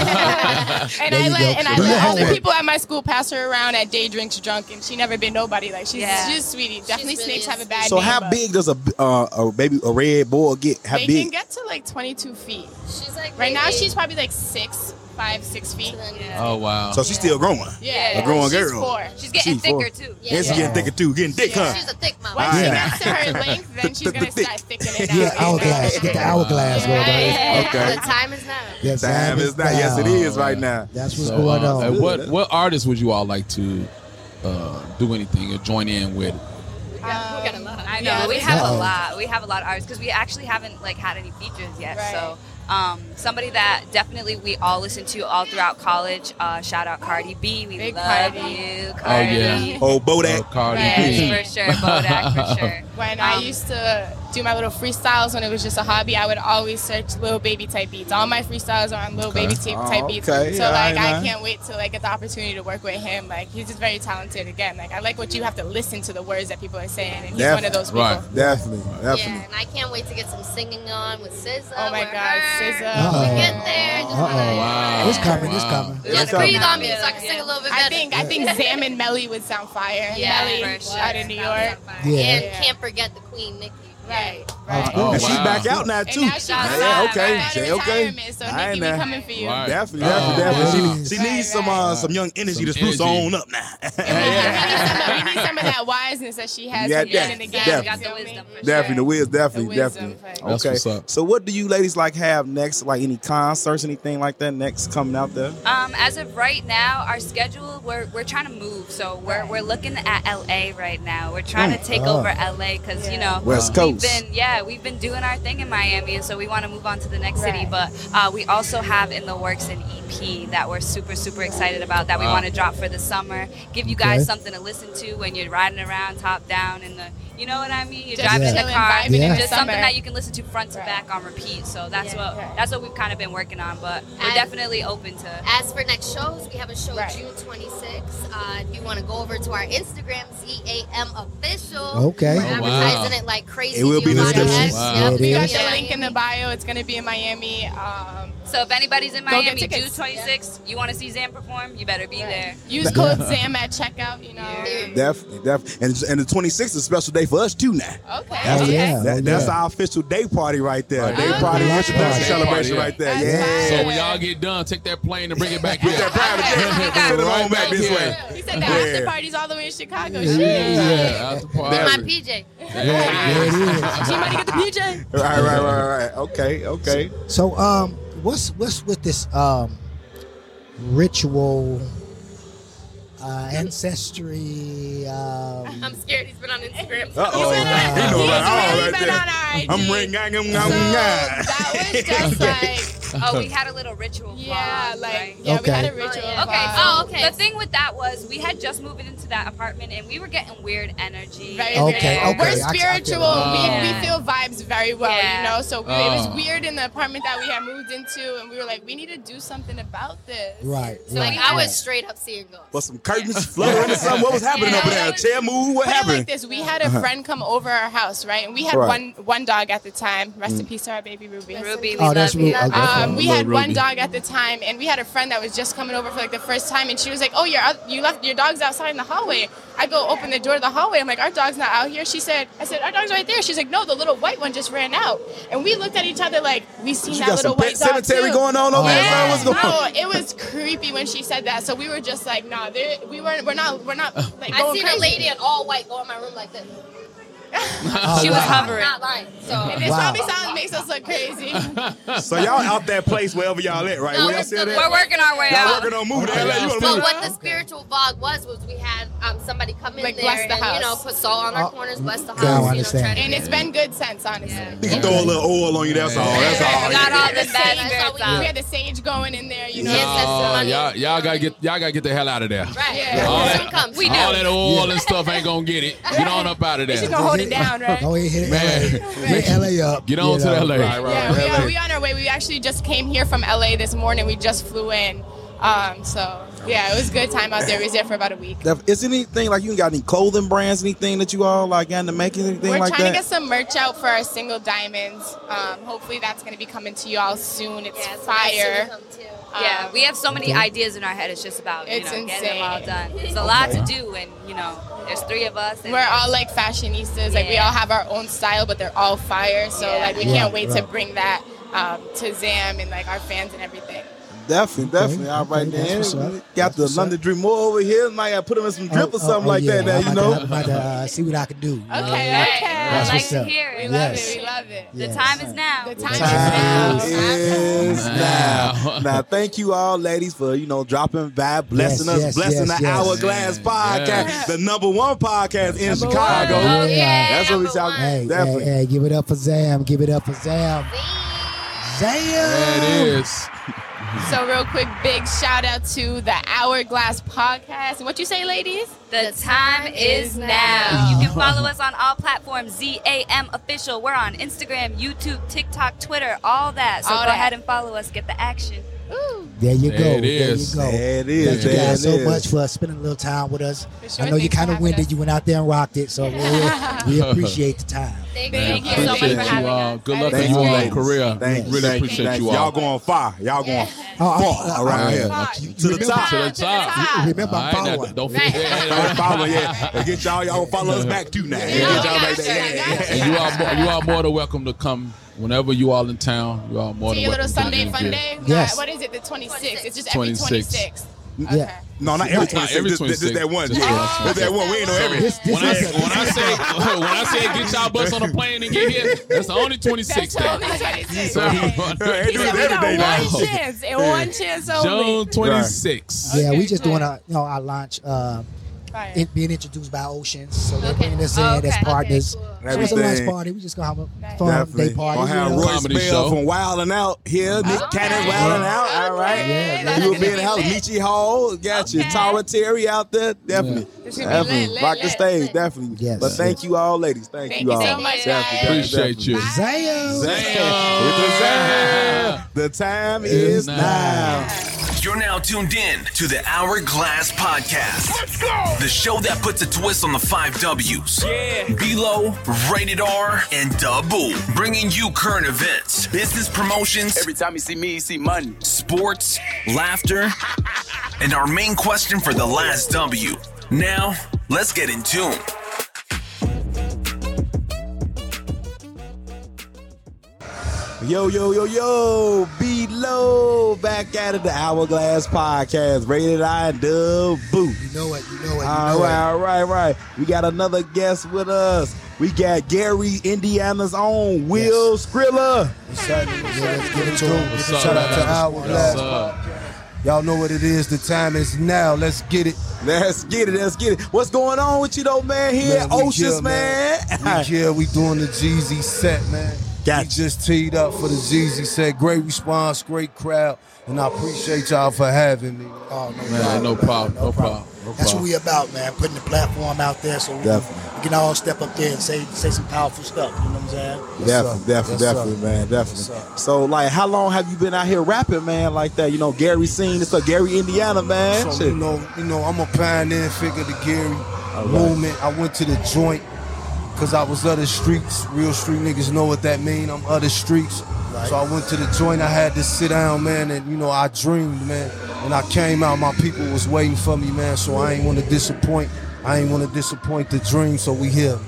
[SPEAKER 1] Ah,
[SPEAKER 4] and
[SPEAKER 3] There
[SPEAKER 4] I
[SPEAKER 3] you
[SPEAKER 4] let,
[SPEAKER 3] go.
[SPEAKER 4] and I
[SPEAKER 3] Do your
[SPEAKER 4] let all the
[SPEAKER 3] homework.
[SPEAKER 4] people at my school pass her around at day drinks drunk, and she never been nobody. Like she's
[SPEAKER 5] Yeah.
[SPEAKER 4] she's sweetie. Definitely
[SPEAKER 6] really
[SPEAKER 4] snakes
[SPEAKER 6] is.
[SPEAKER 4] have a bad
[SPEAKER 1] So
[SPEAKER 4] name,
[SPEAKER 1] how
[SPEAKER 4] but
[SPEAKER 1] big does a uh, a baby a red bull get? How
[SPEAKER 4] They can
[SPEAKER 1] big?
[SPEAKER 4] get to like 22 feet.
[SPEAKER 6] She's like
[SPEAKER 4] Right now
[SPEAKER 6] maybe-
[SPEAKER 4] she's probably like six, five, six feet.
[SPEAKER 6] Yeah.
[SPEAKER 2] Oh wow.
[SPEAKER 1] So she's still growing.
[SPEAKER 4] Yeah,
[SPEAKER 5] A
[SPEAKER 1] growing
[SPEAKER 4] she's
[SPEAKER 1] girl.
[SPEAKER 4] Four.
[SPEAKER 5] She's getting
[SPEAKER 1] She
[SPEAKER 5] thicker
[SPEAKER 1] four.
[SPEAKER 5] too.
[SPEAKER 6] Yeah.
[SPEAKER 1] And she's getting thicker too, getting thick, huh?
[SPEAKER 6] She's a thick mom.
[SPEAKER 4] Once she
[SPEAKER 1] Yeah.
[SPEAKER 4] gets to her length, then she's gonna
[SPEAKER 1] Thick.
[SPEAKER 4] start thickening it out.
[SPEAKER 3] Yeah, hourglass. Get the hourglass,
[SPEAKER 4] Yeah.
[SPEAKER 3] brother.
[SPEAKER 1] Okay.
[SPEAKER 6] The time is now.
[SPEAKER 3] Yes,
[SPEAKER 1] Time is now. Yes, it is right now.
[SPEAKER 3] That's what's
[SPEAKER 2] So,
[SPEAKER 3] going
[SPEAKER 2] uh,
[SPEAKER 3] on.
[SPEAKER 2] and what what artists would you all like to uh, do anything or join in with? uh,
[SPEAKER 6] Yeah, we got a lot.
[SPEAKER 5] Um, I know
[SPEAKER 4] Yeah,
[SPEAKER 5] we
[SPEAKER 4] that's
[SPEAKER 5] have a
[SPEAKER 3] wild.
[SPEAKER 5] lot. We have a lot of artists because we actually haven't like had any features yet.
[SPEAKER 4] Right.
[SPEAKER 5] So um, somebody that definitely we all listened to all throughout college. Uh, shout out Cardi B. We
[SPEAKER 4] Big
[SPEAKER 5] love
[SPEAKER 4] Cardi.
[SPEAKER 5] you,
[SPEAKER 2] Oh
[SPEAKER 5] Cardi.
[SPEAKER 2] yeah.
[SPEAKER 1] Oh,
[SPEAKER 2] Oh,
[SPEAKER 1] Bodak.
[SPEAKER 2] Cardi
[SPEAKER 5] Yes,
[SPEAKER 2] B.
[SPEAKER 5] for sure. Bodak, for sure.
[SPEAKER 4] When I
[SPEAKER 5] Um,
[SPEAKER 4] used to do my little freestyles when it was just a hobby, I would always search Lil Baby type beats. All my freestyles are on Lil
[SPEAKER 2] Okay.
[SPEAKER 4] Baby type,
[SPEAKER 1] Oh,
[SPEAKER 4] type beats.
[SPEAKER 1] okay.
[SPEAKER 4] So
[SPEAKER 1] All
[SPEAKER 4] like,
[SPEAKER 1] right,
[SPEAKER 4] I
[SPEAKER 1] man.
[SPEAKER 4] can't wait till like get the opportunity to work with him. Like he's just very talented. Again, like I like what you have to listen to the words that people are saying, and he's
[SPEAKER 1] Def-
[SPEAKER 4] one of those people.
[SPEAKER 2] Right.
[SPEAKER 1] Definitely.
[SPEAKER 6] Yeah,
[SPEAKER 1] Definitely.
[SPEAKER 6] and I can't wait to get some singing on with SZA.
[SPEAKER 4] Oh my
[SPEAKER 6] with
[SPEAKER 4] God,
[SPEAKER 6] her.
[SPEAKER 4] SZA.
[SPEAKER 6] When
[SPEAKER 3] Uh-oh.
[SPEAKER 6] we get there, just
[SPEAKER 3] Uh-oh.
[SPEAKER 6] wanna,
[SPEAKER 2] Wow.
[SPEAKER 3] It's coming. It's
[SPEAKER 2] Wow.
[SPEAKER 3] coming.
[SPEAKER 6] Just
[SPEAKER 1] That's
[SPEAKER 6] breathe
[SPEAKER 1] all.
[SPEAKER 6] on me so I can sing a little bit better.
[SPEAKER 4] I think I think Zam and Melly would sound fire.
[SPEAKER 5] Yeah,
[SPEAKER 4] Melly
[SPEAKER 5] for sure.
[SPEAKER 4] out of New York.
[SPEAKER 3] Yeah.
[SPEAKER 6] And can't forget the Queen Nikki.
[SPEAKER 4] Right.
[SPEAKER 3] Of
[SPEAKER 4] Right.
[SPEAKER 3] course.
[SPEAKER 1] And she's
[SPEAKER 2] wow.
[SPEAKER 1] back out now
[SPEAKER 4] And
[SPEAKER 1] too.
[SPEAKER 4] now she's
[SPEAKER 5] Yeah,
[SPEAKER 4] out,
[SPEAKER 1] okay.
[SPEAKER 4] out of
[SPEAKER 1] Yeah, okay.
[SPEAKER 4] retirement, So
[SPEAKER 1] All right,
[SPEAKER 4] Nikki,
[SPEAKER 1] now.
[SPEAKER 4] we coming for you.
[SPEAKER 2] Right.
[SPEAKER 1] Definitely,
[SPEAKER 2] Oh,
[SPEAKER 1] definitely, definitely.
[SPEAKER 2] wow.
[SPEAKER 1] She
[SPEAKER 4] Right,
[SPEAKER 1] needs some
[SPEAKER 4] right.
[SPEAKER 1] uh, some young energy
[SPEAKER 2] Some
[SPEAKER 1] to spruce her on
[SPEAKER 2] energy.
[SPEAKER 1] up now.
[SPEAKER 4] We, need some of, we need some of that wiseness that she has
[SPEAKER 1] Yeah,
[SPEAKER 4] from being in the
[SPEAKER 5] Yes,
[SPEAKER 4] game.
[SPEAKER 5] yeah, we
[SPEAKER 1] Definitely.
[SPEAKER 5] got
[SPEAKER 4] You
[SPEAKER 5] the
[SPEAKER 4] feel me?
[SPEAKER 5] wisdom for
[SPEAKER 1] Definitely, the
[SPEAKER 5] sure.
[SPEAKER 1] wiz, definitely,
[SPEAKER 4] The wisdom,
[SPEAKER 1] definitely.
[SPEAKER 4] right.
[SPEAKER 2] That's
[SPEAKER 1] okay,
[SPEAKER 2] what's up.
[SPEAKER 1] so what do you ladies like have next? Like any concerts, anything like that next coming out there?
[SPEAKER 5] Um, as of right now, our schedule we're, we're trying to move, so we're, we're looking at LA right now. We're trying
[SPEAKER 2] Mm.
[SPEAKER 5] to take
[SPEAKER 3] Oh.
[SPEAKER 5] over LA because you know
[SPEAKER 1] West Coast.
[SPEAKER 5] Uh, We've been, yeah, we've been doing our thing in Miami, and so we want to move on to the next city.
[SPEAKER 4] Right.
[SPEAKER 5] But uh, we also have in the works an EP that we're super super excited about that we
[SPEAKER 2] Wow.
[SPEAKER 5] want to drop for the summer. Give you guys
[SPEAKER 3] Okay.
[SPEAKER 5] something to listen to when you're riding around, top down in the, you know what I mean? You're
[SPEAKER 4] Just
[SPEAKER 5] driving in the
[SPEAKER 4] chilling,
[SPEAKER 5] car,
[SPEAKER 4] vibing
[SPEAKER 3] in the
[SPEAKER 5] just something
[SPEAKER 4] summer.
[SPEAKER 5] that you can listen to front to
[SPEAKER 4] Right.
[SPEAKER 5] back on repeat. So that's
[SPEAKER 6] Yeah.
[SPEAKER 5] what
[SPEAKER 4] Right.
[SPEAKER 5] that's what we've kind of been working on. But we're
[SPEAKER 6] And-
[SPEAKER 5] definitely open to.
[SPEAKER 6] As for next shows, we have a show
[SPEAKER 4] Right.
[SPEAKER 6] June 26th. Uh, if you want to go over to our Instagram, ZAM official.
[SPEAKER 3] Okay.
[SPEAKER 6] We're
[SPEAKER 2] Oh, wow.
[SPEAKER 6] advertising it like crazy.
[SPEAKER 1] It will be
[SPEAKER 6] You wanna
[SPEAKER 1] listed.
[SPEAKER 6] head-
[SPEAKER 2] Wow.
[SPEAKER 6] Yep,
[SPEAKER 3] It
[SPEAKER 4] We
[SPEAKER 6] you
[SPEAKER 4] got
[SPEAKER 3] is.
[SPEAKER 6] can
[SPEAKER 4] the
[SPEAKER 6] get
[SPEAKER 4] link in the bio. It's gonna be in Miami. Um,
[SPEAKER 5] So if anybody's in
[SPEAKER 4] Go get
[SPEAKER 5] Miami, June
[SPEAKER 4] tickets.
[SPEAKER 5] 26, you want to see Zam perform, you better be there.
[SPEAKER 4] use code Sam at checkout. You know.
[SPEAKER 1] Definitely, definitely. And and the 26th is a special day for us too now.
[SPEAKER 4] Okay.
[SPEAKER 3] Oh,
[SPEAKER 4] okay.
[SPEAKER 3] yeah.
[SPEAKER 1] That, that's
[SPEAKER 3] yeah.
[SPEAKER 1] our official day party right there. Day
[SPEAKER 4] Okay.
[SPEAKER 1] party,
[SPEAKER 4] Day
[SPEAKER 1] introduction
[SPEAKER 2] party.
[SPEAKER 1] celebration
[SPEAKER 2] Yeah.
[SPEAKER 1] right there.
[SPEAKER 4] That's
[SPEAKER 1] yeah.
[SPEAKER 4] fire.
[SPEAKER 2] So when y'all get done, take that plane and bring it back
[SPEAKER 1] Get that
[SPEAKER 2] here.
[SPEAKER 1] private jet. Send it on back this way.
[SPEAKER 4] He said the
[SPEAKER 1] Yeah.
[SPEAKER 4] after party's all the way in Chicago. She,
[SPEAKER 2] Yeah, after party.
[SPEAKER 6] My PJ.
[SPEAKER 3] Yeah, it is.
[SPEAKER 4] she might get the PJ.
[SPEAKER 1] Right, right, right, right. Okay, okay.
[SPEAKER 3] So um, what's what's with this um ritual uh, ancestry? Um,
[SPEAKER 6] I'm scared he's been on Instagram.
[SPEAKER 1] Uh oh. He know about all right
[SPEAKER 4] He's really been on
[SPEAKER 1] there.
[SPEAKER 4] our IG.
[SPEAKER 1] I'm ring, I'm, I'm,
[SPEAKER 4] So
[SPEAKER 1] I'm,
[SPEAKER 4] that was just like.
[SPEAKER 5] Oh, we had a little ritual.
[SPEAKER 4] Yeah,
[SPEAKER 5] vlog,
[SPEAKER 4] like
[SPEAKER 5] right?
[SPEAKER 4] yeah, we had a
[SPEAKER 3] Okay.
[SPEAKER 4] ritual.
[SPEAKER 6] Oh, yeah.
[SPEAKER 5] Okay,
[SPEAKER 4] vibe.
[SPEAKER 5] so
[SPEAKER 6] Oh, okay.
[SPEAKER 5] the thing with that was we had just moved into that apartment and we were getting weird energy.
[SPEAKER 4] very
[SPEAKER 3] Okay,
[SPEAKER 4] okay,
[SPEAKER 3] okay, I
[SPEAKER 4] We're
[SPEAKER 3] c- I feel
[SPEAKER 4] spiritual.
[SPEAKER 3] it.
[SPEAKER 4] we,
[SPEAKER 5] Yeah.
[SPEAKER 4] we feel vibes very well,
[SPEAKER 5] Yeah.
[SPEAKER 4] you know. So we, it
[SPEAKER 2] Oh.
[SPEAKER 4] was weird in the apartment that we had moved into, and we were like, we need to do something about this.
[SPEAKER 3] right.
[SPEAKER 6] So like,
[SPEAKER 3] right,
[SPEAKER 6] I
[SPEAKER 3] right.
[SPEAKER 6] was straight up seeing ghosts.
[SPEAKER 1] was some curtains fluttering or something. What was happening
[SPEAKER 5] Yeah.
[SPEAKER 1] over there? A chair move? What
[SPEAKER 4] Put it like
[SPEAKER 1] happened?
[SPEAKER 4] this: We had a
[SPEAKER 3] Uh-huh.
[SPEAKER 4] friend come over our house, right? And we had
[SPEAKER 1] Right.
[SPEAKER 4] one one dog at the time. Rest
[SPEAKER 3] Mm.
[SPEAKER 4] in peace to our baby Ruby.
[SPEAKER 5] Ruby, we
[SPEAKER 3] Oh, that's
[SPEAKER 5] love
[SPEAKER 3] real.
[SPEAKER 5] you.
[SPEAKER 3] Okay,
[SPEAKER 4] Um,
[SPEAKER 3] okay.
[SPEAKER 4] we
[SPEAKER 2] Hello,
[SPEAKER 4] had one
[SPEAKER 2] Ruby.
[SPEAKER 4] dog at the time, and we had a friend that was just coming over for like the first time, and she was like, "Oh, your oth- you left your dog's outside in the hallway." I go open the door to the hallway. I'm like, "Our dog's not out here." She said, "I said our dog's right there." She's like, "No, the little white one just ran out." And we looked at each other like, "We seen
[SPEAKER 1] You
[SPEAKER 4] that
[SPEAKER 1] got
[SPEAKER 4] little
[SPEAKER 1] some
[SPEAKER 4] white
[SPEAKER 1] pet
[SPEAKER 4] dog
[SPEAKER 1] cemetery
[SPEAKER 4] too."
[SPEAKER 1] going on over there? son? What's
[SPEAKER 4] Yeah,
[SPEAKER 1] going on?
[SPEAKER 4] no, it was creepy when she said that. So we were just like, "Nah, there- we weren't. We're not. We're not
[SPEAKER 1] Oh.
[SPEAKER 4] like
[SPEAKER 6] I
[SPEAKER 4] going
[SPEAKER 6] seen
[SPEAKER 4] crazy."
[SPEAKER 6] a lady in all white go in my room like this.
[SPEAKER 3] Oh,
[SPEAKER 5] She was
[SPEAKER 3] wow.
[SPEAKER 5] hovering.
[SPEAKER 6] I'm not lying. So
[SPEAKER 4] This
[SPEAKER 3] Wow.
[SPEAKER 4] probably sounds makes us look crazy.
[SPEAKER 1] So y'all out that place wherever y'all at, right? Where
[SPEAKER 6] No, we're
[SPEAKER 1] y'all still
[SPEAKER 6] still
[SPEAKER 5] We're
[SPEAKER 1] at?
[SPEAKER 5] working our way
[SPEAKER 1] Y'all
[SPEAKER 5] out.
[SPEAKER 1] working on moving to
[SPEAKER 3] Okay.
[SPEAKER 1] LA. You want to
[SPEAKER 6] But
[SPEAKER 1] move?
[SPEAKER 6] what the spiritual vlog was was we had um, somebody come in
[SPEAKER 4] Like, bless
[SPEAKER 6] there
[SPEAKER 4] the
[SPEAKER 6] and you know
[SPEAKER 4] house.
[SPEAKER 6] put salt on
[SPEAKER 3] Oh,
[SPEAKER 6] our corners, bless the
[SPEAKER 3] God,
[SPEAKER 6] house,
[SPEAKER 3] I
[SPEAKER 6] you know,
[SPEAKER 3] understand.
[SPEAKER 6] try to
[SPEAKER 4] And it's been good since, honestly.
[SPEAKER 5] Yeah.
[SPEAKER 1] They can throw a little oil on you. That's all. That's all.
[SPEAKER 5] We got
[SPEAKER 1] Yeah.
[SPEAKER 5] all the bad
[SPEAKER 6] That's
[SPEAKER 5] spirits
[SPEAKER 6] how
[SPEAKER 4] We
[SPEAKER 5] out.
[SPEAKER 4] had the sage going in there, you know.
[SPEAKER 6] Yes, that's the
[SPEAKER 2] No,
[SPEAKER 6] money.
[SPEAKER 2] y'all, y'all gotta get y'all gotta get the hell out of there.
[SPEAKER 6] right.
[SPEAKER 4] Yeah.
[SPEAKER 2] All
[SPEAKER 6] Soon
[SPEAKER 2] that-
[SPEAKER 6] comes.
[SPEAKER 5] We
[SPEAKER 2] All
[SPEAKER 5] do.
[SPEAKER 2] that oil and stuff ain't gonna get it. Get on up out of
[SPEAKER 4] She's
[SPEAKER 2] there.
[SPEAKER 4] gonna hold it down, right?
[SPEAKER 3] Go ahead, hit
[SPEAKER 2] Man.
[SPEAKER 3] LA. Hit LA up. um, uh,
[SPEAKER 2] Get
[SPEAKER 3] you
[SPEAKER 2] on to
[SPEAKER 3] know.
[SPEAKER 2] LA.
[SPEAKER 1] Right, right.
[SPEAKER 4] Yeah, we
[SPEAKER 1] LA.
[SPEAKER 4] are, we on our way. We actually just came here from LA this morning. We just flew in. Um, so Yeah, it was a good time out there. We was there for about a week.
[SPEAKER 1] Def- Is anything like you got any clothing brands, anything that you all like got to make anything
[SPEAKER 4] We're
[SPEAKER 1] like
[SPEAKER 4] trying
[SPEAKER 1] that?
[SPEAKER 4] to get some merch out for our single diamonds. Um, hopefully, that's going to be coming to y'all soon. It's
[SPEAKER 6] Yeah, so that's
[SPEAKER 4] fire.
[SPEAKER 6] soon to come, too.
[SPEAKER 5] yeah,
[SPEAKER 4] Um,
[SPEAKER 5] we have so many ideas in our head. It's just about you
[SPEAKER 4] It's
[SPEAKER 5] know, getting them all
[SPEAKER 4] insane.
[SPEAKER 5] done. There's a lot to do, and you know, there's three of us. And
[SPEAKER 4] We're all like fashionistas. Like we
[SPEAKER 5] Yeah.
[SPEAKER 4] all have our own style, but they're all fire. So
[SPEAKER 5] Yeah.
[SPEAKER 4] like we
[SPEAKER 3] Right,
[SPEAKER 4] can't wait to
[SPEAKER 3] right.
[SPEAKER 4] bring that um, to Zam and like our fans and everything.
[SPEAKER 1] Definitely, definitely.
[SPEAKER 3] Okay,
[SPEAKER 1] All right,
[SPEAKER 3] okay,
[SPEAKER 1] then.
[SPEAKER 3] that's what's up.
[SPEAKER 1] Got
[SPEAKER 3] That's
[SPEAKER 1] the
[SPEAKER 3] what's up. Oh,
[SPEAKER 1] London Dream more over here. Might have put him in some drip or something like that. Now,
[SPEAKER 3] I'm
[SPEAKER 1] you
[SPEAKER 3] about
[SPEAKER 1] know.
[SPEAKER 3] to- I'm about to uh, see what I could do.
[SPEAKER 5] Hey,
[SPEAKER 4] Okay, okay.
[SPEAKER 5] I like
[SPEAKER 3] what's
[SPEAKER 5] to
[SPEAKER 3] up.
[SPEAKER 5] hear
[SPEAKER 4] We
[SPEAKER 5] it.
[SPEAKER 4] love
[SPEAKER 3] Yes.
[SPEAKER 4] it. We love it.
[SPEAKER 5] The
[SPEAKER 3] Yes.
[SPEAKER 5] time is now.
[SPEAKER 4] The time,
[SPEAKER 1] Time
[SPEAKER 4] is now.
[SPEAKER 1] is now.
[SPEAKER 2] Now.
[SPEAKER 1] now, thank you all, ladies, for you know dropping by, blessing
[SPEAKER 3] Yes,
[SPEAKER 1] us,
[SPEAKER 3] yes,
[SPEAKER 1] blessing
[SPEAKER 3] yes,
[SPEAKER 1] the
[SPEAKER 3] yes.
[SPEAKER 1] Hourglass
[SPEAKER 2] Yeah,
[SPEAKER 1] Podcast,
[SPEAKER 2] yeah.
[SPEAKER 1] the number one podcast in
[SPEAKER 4] Number
[SPEAKER 1] Chicago.
[SPEAKER 4] one.
[SPEAKER 3] Oh,
[SPEAKER 5] yeah.
[SPEAKER 1] That's what we
[SPEAKER 5] Number
[SPEAKER 1] talking.
[SPEAKER 5] one.
[SPEAKER 3] Hey, hey,
[SPEAKER 1] Definitely.
[SPEAKER 3] hey, give it up for Zam. Give it up for Zam. Zam.
[SPEAKER 2] That is.
[SPEAKER 4] So real quick, big shout out to the Hourglass Podcast. And what you say, ladies?
[SPEAKER 5] The time is now. You can follow us on all platforms, ZAM official. We're on Instagram, YouTube, TikTok, Twitter, all that. So
[SPEAKER 4] All
[SPEAKER 5] go
[SPEAKER 4] that.
[SPEAKER 5] ahead and follow us. Get the action.
[SPEAKER 4] Ooh,
[SPEAKER 3] There you
[SPEAKER 2] There
[SPEAKER 3] go.
[SPEAKER 2] it
[SPEAKER 3] there
[SPEAKER 2] is.
[SPEAKER 3] you go.
[SPEAKER 1] There it
[SPEAKER 3] Thank
[SPEAKER 1] is.
[SPEAKER 3] you
[SPEAKER 1] There
[SPEAKER 3] guys
[SPEAKER 1] it
[SPEAKER 3] so much
[SPEAKER 1] is.
[SPEAKER 3] for spending a little time with us.
[SPEAKER 4] For sure.
[SPEAKER 3] I know you're
[SPEAKER 4] Thanks for
[SPEAKER 3] kind of
[SPEAKER 4] having
[SPEAKER 3] winded.
[SPEAKER 4] us.
[SPEAKER 3] You went out there and rocked it, so we, we appreciate the time.
[SPEAKER 6] Thank
[SPEAKER 2] Man,
[SPEAKER 6] you.
[SPEAKER 4] Thank you so much
[SPEAKER 2] appreciate
[SPEAKER 4] for
[SPEAKER 2] you
[SPEAKER 4] having
[SPEAKER 2] all.
[SPEAKER 4] us.
[SPEAKER 2] Good
[SPEAKER 4] That
[SPEAKER 2] luck
[SPEAKER 4] is
[SPEAKER 2] in your
[SPEAKER 4] great.
[SPEAKER 2] career.
[SPEAKER 1] Thanhank
[SPEAKER 2] really
[SPEAKER 1] thank
[SPEAKER 2] appreciate
[SPEAKER 1] thank
[SPEAKER 2] you all.
[SPEAKER 1] Y'all going far. Y'all going
[SPEAKER 3] Oh,
[SPEAKER 1] far around
[SPEAKER 2] Yeah.
[SPEAKER 1] here.
[SPEAKER 4] To
[SPEAKER 1] To the
[SPEAKER 3] remember-
[SPEAKER 1] top.
[SPEAKER 2] To the
[SPEAKER 4] To the top.
[SPEAKER 2] top.
[SPEAKER 3] Remember,
[SPEAKER 2] All right, now,
[SPEAKER 3] follow.
[SPEAKER 2] Don't forget.
[SPEAKER 1] Y'all follow, yeah. They Get y'all, y'all follow us back too now.
[SPEAKER 4] Yeah,
[SPEAKER 1] Get y'all
[SPEAKER 4] we
[SPEAKER 1] back
[SPEAKER 4] got
[SPEAKER 1] there. Yeah,
[SPEAKER 4] you, we
[SPEAKER 1] yeah, yeah.
[SPEAKER 4] got
[SPEAKER 2] And you are more, you are more than welcome to come whenever you all in town. You are more than
[SPEAKER 4] your
[SPEAKER 2] welcome
[SPEAKER 4] little
[SPEAKER 2] to
[SPEAKER 4] Sunday
[SPEAKER 2] the
[SPEAKER 4] fun
[SPEAKER 2] event.
[SPEAKER 4] day?
[SPEAKER 3] Yes.
[SPEAKER 4] Not- What is it? The 26th. It's just every
[SPEAKER 2] 26th.
[SPEAKER 4] 26th.
[SPEAKER 3] Yeah.
[SPEAKER 4] Okay.
[SPEAKER 1] No, not every
[SPEAKER 2] It's not
[SPEAKER 1] 26.
[SPEAKER 2] every
[SPEAKER 1] This, this, this
[SPEAKER 2] 26.
[SPEAKER 1] that one.
[SPEAKER 2] Just the
[SPEAKER 1] Yeah.
[SPEAKER 2] last
[SPEAKER 1] This that
[SPEAKER 4] one.
[SPEAKER 1] one. We ain't know every.
[SPEAKER 3] This, this
[SPEAKER 2] When I,
[SPEAKER 3] is a-
[SPEAKER 2] when I say when I say get y'all bus on a plane and get here, that's the only twenty
[SPEAKER 4] That's
[SPEAKER 2] six
[SPEAKER 4] only
[SPEAKER 2] day.
[SPEAKER 4] 26.
[SPEAKER 2] So,
[SPEAKER 1] They
[SPEAKER 4] He
[SPEAKER 1] do it
[SPEAKER 4] said we
[SPEAKER 1] every
[SPEAKER 4] got
[SPEAKER 1] day
[SPEAKER 4] one
[SPEAKER 1] now.
[SPEAKER 2] now.
[SPEAKER 4] chance and one chance only.
[SPEAKER 2] June twenty six.
[SPEAKER 3] yeah, we
[SPEAKER 4] Okay,
[SPEAKER 3] just
[SPEAKER 4] cool.
[SPEAKER 3] doing our, you know, our launch. Uh,
[SPEAKER 4] Fire.
[SPEAKER 3] it being introduced by Oceans, so they're
[SPEAKER 6] Okay.
[SPEAKER 3] bringing us in
[SPEAKER 4] Oh,
[SPEAKER 5] Okay,
[SPEAKER 3] as
[SPEAKER 5] okay,
[SPEAKER 3] partners.
[SPEAKER 6] cool.
[SPEAKER 3] So it's a nice
[SPEAKER 1] Everything.
[SPEAKER 3] party. We just gonna have a
[SPEAKER 4] Nice.
[SPEAKER 3] fun
[SPEAKER 1] Definitely.
[SPEAKER 3] day party.
[SPEAKER 1] Gonna have
[SPEAKER 3] you know?
[SPEAKER 1] Roy
[SPEAKER 2] Comedy
[SPEAKER 1] Spell
[SPEAKER 2] show.
[SPEAKER 1] from Wildin' Out here. Nick
[SPEAKER 4] Okay.
[SPEAKER 1] Cannon's Wildin' Out. All right.
[SPEAKER 4] Okay,
[SPEAKER 3] Yeah,
[SPEAKER 4] that's
[SPEAKER 1] You will
[SPEAKER 4] gonna
[SPEAKER 1] be in the house.
[SPEAKER 4] lit.
[SPEAKER 1] Michi Hall. Got your
[SPEAKER 5] Okay.
[SPEAKER 1] Tara Terry out there. Definitely.
[SPEAKER 4] It's gonna be lit,
[SPEAKER 1] Definitely.
[SPEAKER 4] lit,
[SPEAKER 1] Rock the
[SPEAKER 4] lit.
[SPEAKER 1] stage. Definitely.
[SPEAKER 3] Yes.
[SPEAKER 1] But thank you all, ladies. Thank,
[SPEAKER 4] Thank
[SPEAKER 1] you
[SPEAKER 4] you
[SPEAKER 1] all.
[SPEAKER 4] so much,
[SPEAKER 1] Definitely,
[SPEAKER 4] guys.
[SPEAKER 1] definitely,
[SPEAKER 2] Appreciate you.
[SPEAKER 3] Zam.
[SPEAKER 1] definitely. It's a Zam. The time is
[SPEAKER 2] now.
[SPEAKER 1] now.
[SPEAKER 7] You're now tuned in to the Hourglass Podcast. Let's go! The show that puts a twist on the five W's. Yeah. Below, rated R, and double. Bringing you current events, business promotions,
[SPEAKER 8] Every time you see me, you see money.
[SPEAKER 7] sports, laughter, and our main question for the last W. Now, let's get in tune.
[SPEAKER 1] Yo, yo, yo, yo, B Low back at it, the Hourglass Podcast, rated I Dub Boo.
[SPEAKER 3] You know it. You know it. You
[SPEAKER 1] All
[SPEAKER 3] know
[SPEAKER 1] right, all right, all right. We got another guest with us. We got Gary, Indiana's own Will Skrilla.
[SPEAKER 9] It's happening. Yeah, let's get it to 'em.
[SPEAKER 2] What's up,
[SPEAKER 9] Shout out to
[SPEAKER 2] man? What's
[SPEAKER 9] Hourglass.
[SPEAKER 2] up?
[SPEAKER 9] Y'all know what it is. The time is now. Let's get it.
[SPEAKER 1] Let's get it, let's get it. What's going on with you though, man? Here,
[SPEAKER 9] Man, we
[SPEAKER 1] Oceans,
[SPEAKER 9] chill,
[SPEAKER 1] man.
[SPEAKER 9] We here. We doing the Jeezy set, man.
[SPEAKER 1] Gotcha.
[SPEAKER 9] We just teed up for the Jeezy set. Great response, great crowd, and I appreciate y'all for having me.
[SPEAKER 3] Oh,
[SPEAKER 2] Man,
[SPEAKER 3] no problem,
[SPEAKER 2] no problem, no problem, no
[SPEAKER 3] That's what
[SPEAKER 2] problem.
[SPEAKER 3] we about, man. Putting the platform out there so we,
[SPEAKER 1] Definitely.
[SPEAKER 3] we can all step up there and say say some powerful stuff. You know what I'm
[SPEAKER 1] Definitely,
[SPEAKER 3] saying?
[SPEAKER 9] sir.
[SPEAKER 1] definitely,
[SPEAKER 9] Yes, sir.
[SPEAKER 1] definitely, man, definitely.
[SPEAKER 9] Yes, sir.
[SPEAKER 1] so, like, how long have you been out here rapping, man, like that? You know, Gary scene, it's a Gary, Indiana, man.
[SPEAKER 9] So
[SPEAKER 1] Shit.
[SPEAKER 9] you know, you know, I'm a pioneer figure to Gary
[SPEAKER 1] right.
[SPEAKER 9] movement. I went to the joint because I was other streets. Real street niggas know what that mean. I'm other streets. So I went to the joint. I had to sit down, man, and you know I dreamed, man. When I came out, my people was waiting for me, man. So I ain't want to disappoint. I ain't want to disappoint the dream. So we here.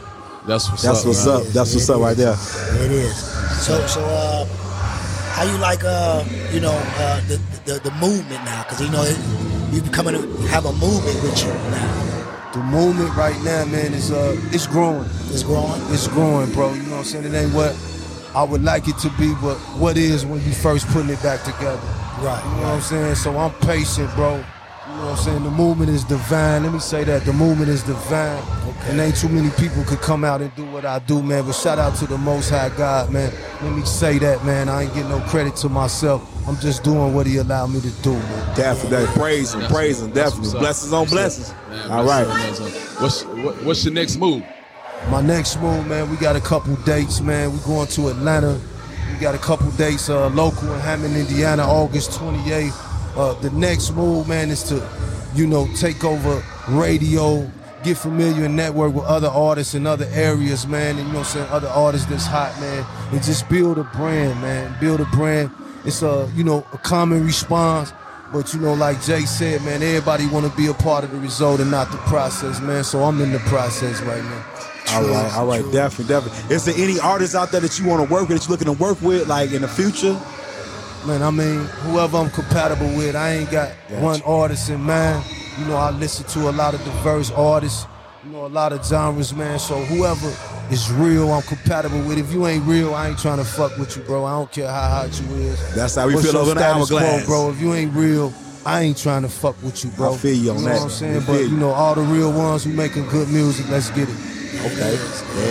[SPEAKER 2] That's what's
[SPEAKER 1] That's
[SPEAKER 2] up.
[SPEAKER 1] what's
[SPEAKER 2] man.
[SPEAKER 1] up. That's what's up right there.
[SPEAKER 3] It is. So so uh, how you like uh you know uh the the, the movement now? Because you know it, you becoming a, have a movement with you now.
[SPEAKER 9] The movement right now, man, is uh, it's growing.
[SPEAKER 3] It's growing.
[SPEAKER 9] It's growing, bro. You know what I'm saying? It ain't what I would like it to be, but what is when you first putting it back together. You know
[SPEAKER 3] Right.
[SPEAKER 9] what I'm saying? So I'm patient, bro. You know what I'm saying? The movement is divine. Let me say that. The movement is divine. And ain't too many people could come out and do what I do, man. But shout out to the Most High God, man. Let me say that, man. I ain't getting no credit to myself. I'm just dodoing what He allowed me to do, man.
[SPEAKER 1] Definitely, praise him,
[SPEAKER 2] That's
[SPEAKER 1] praise him,
[SPEAKER 2] what's- that's
[SPEAKER 1] definitely.
[SPEAKER 2] what's up.
[SPEAKER 1] Blessings on blessings.
[SPEAKER 2] Man,
[SPEAKER 1] All
[SPEAKER 2] bless
[SPEAKER 1] right.
[SPEAKER 2] up, bless up. What's what, what's your next move?
[SPEAKER 9] My next move, man, we got a couple dates, man. We going to Atlanta. We got a couple dates uh, local in Hammond, Indiana, August 28th. Uh, the next move, man, is to, you know, take over radio, get familiar and network with other artists in other areas, man, and you know what I'm saying, other artists that's hot, man, and just build a brand, man. Build a brand. It's a, you know, a common response. But you know, like Jay said, man, everybody want to be a part of the result and not the process, man. So I'm in the process right now.
[SPEAKER 1] All
[SPEAKER 3] True,
[SPEAKER 1] right, all right,
[SPEAKER 3] true.
[SPEAKER 1] definitely, definitely. Is there any artists out there that you want to work with, that you're looking to work with, like in the future?
[SPEAKER 9] Man, I mean, whoever I'm compatible with, I ain't got
[SPEAKER 1] Gotcha.
[SPEAKER 9] one artist in mind. You know, I listen to a lot of diverse artists, you know, a lot of genres, man. So whoever is real, I'm compatible with. If you ain't real, I ain't trying to fuck with you, bro. I don't care how hot you is.
[SPEAKER 1] That's how we
[SPEAKER 9] What's
[SPEAKER 1] Oh, feel
[SPEAKER 9] your
[SPEAKER 1] over an
[SPEAKER 9] status quo,
[SPEAKER 1] hourglass.
[SPEAKER 9] bro. If you ain't real, I ain't trying to fuck with you, bro.
[SPEAKER 1] I feel you on
[SPEAKER 9] know
[SPEAKER 1] that.
[SPEAKER 9] What I'm
[SPEAKER 1] We
[SPEAKER 9] saying,
[SPEAKER 1] feel
[SPEAKER 9] but you
[SPEAKER 1] you.
[SPEAKER 9] know, all the real ones who making good music, let's get it.
[SPEAKER 1] Okay, there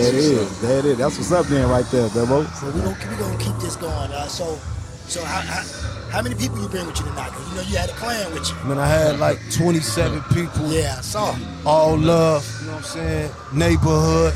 [SPEAKER 1] it is, there it is. That's what's up then, right there, Bebo.
[SPEAKER 3] So we gonna we gonna keep this going. Uh, so so how, how how many people you bring with you tonight? 'Cause you know you had a clan with you.
[SPEAKER 9] Man, I had like 27 people.
[SPEAKER 3] Yeah, I saw.
[SPEAKER 9] all love, you know what I'm saying? Neighborhood,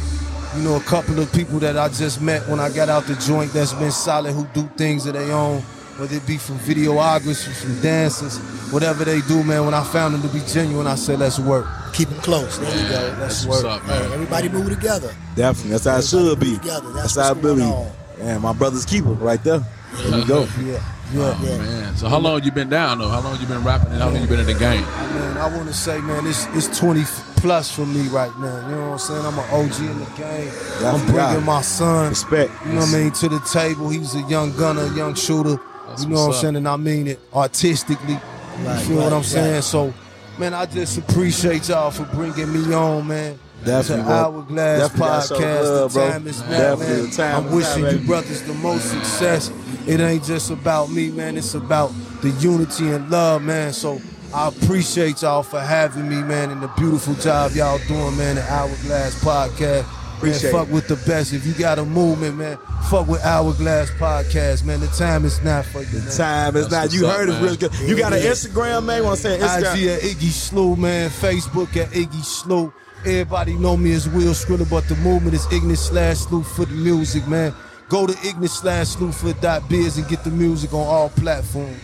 [SPEAKER 9] you know, a couple of people that I just met when I got out the joint that's been solid who do things of their own, whether it be from videographers, from dancers, whatever they do, man. When I found them to be genuine, I said, let's work.
[SPEAKER 3] Keep them close. There you go.
[SPEAKER 2] That's
[SPEAKER 9] Let's work.
[SPEAKER 2] what's up,
[SPEAKER 3] Hey,
[SPEAKER 2] man.
[SPEAKER 3] everybody move together.
[SPEAKER 1] Definitely, that's how it should be.
[SPEAKER 3] Together,
[SPEAKER 1] That's
[SPEAKER 3] that's
[SPEAKER 1] how
[SPEAKER 3] what's
[SPEAKER 1] it be.
[SPEAKER 3] going on.
[SPEAKER 1] And my brother's keeper, right there. There you go.
[SPEAKER 9] Yeah, yeah, yeah.
[SPEAKER 2] Man, so how long you been down though? How long you been rapping and how long you been in the game?
[SPEAKER 9] Man, I want to say, man, it's, it's 20 plus for me right now. You know what I'm saying? I'm an OG in the game.
[SPEAKER 1] That's
[SPEAKER 9] I'm bringing
[SPEAKER 1] right.
[SPEAKER 9] my son.
[SPEAKER 1] Respect.
[SPEAKER 9] You know what I mean? To the table. He's a young gunner, young shooter.
[SPEAKER 2] That's
[SPEAKER 9] you know what I'm
[SPEAKER 2] what's up.
[SPEAKER 9] saying? And I mean it artistically.
[SPEAKER 3] Right,
[SPEAKER 9] you feel what
[SPEAKER 3] right,
[SPEAKER 9] I'm saying?
[SPEAKER 3] right.
[SPEAKER 9] So, man, I just appreciate y'all for bringing me on, man.
[SPEAKER 1] Definitely,
[SPEAKER 9] to
[SPEAKER 1] bro.
[SPEAKER 9] Hourglass
[SPEAKER 1] Definitely gotta show
[SPEAKER 9] Podcast.
[SPEAKER 1] love,
[SPEAKER 9] the
[SPEAKER 1] bro.
[SPEAKER 9] time is now,
[SPEAKER 1] Definitely,
[SPEAKER 9] man.
[SPEAKER 1] the time is
[SPEAKER 9] I'm
[SPEAKER 1] now,
[SPEAKER 9] wishing
[SPEAKER 1] baby.
[SPEAKER 9] you brothers the most success. It ain't just about me, man. It's about the unity and love, man. So I appreciate y'all for having me, man, and the beautiful job y'all doing, man. The Hourglass Podcast.
[SPEAKER 1] Appreciate
[SPEAKER 9] man, fuck
[SPEAKER 1] it.
[SPEAKER 9] with the best. If you got a movement, man, fuck with Hourglass Podcast, man. The time is not for you. man.
[SPEAKER 1] Time is
[SPEAKER 2] That's
[SPEAKER 1] not.
[SPEAKER 2] what's
[SPEAKER 1] You
[SPEAKER 2] up,
[SPEAKER 1] heard it
[SPEAKER 2] man.
[SPEAKER 1] real good. You got an
[SPEAKER 9] Yeah.
[SPEAKER 1] Instagram, man. Want to say an
[SPEAKER 9] IG
[SPEAKER 1] Instagram?
[SPEAKER 9] at Iggy Slew, man. Facebook at Iggy Slew. Everybody know me as Will Skriller, but the movement is Ignis slash Slew for the music, man. Go to Ignis slash Slew for dot biz and get the music on all platforms.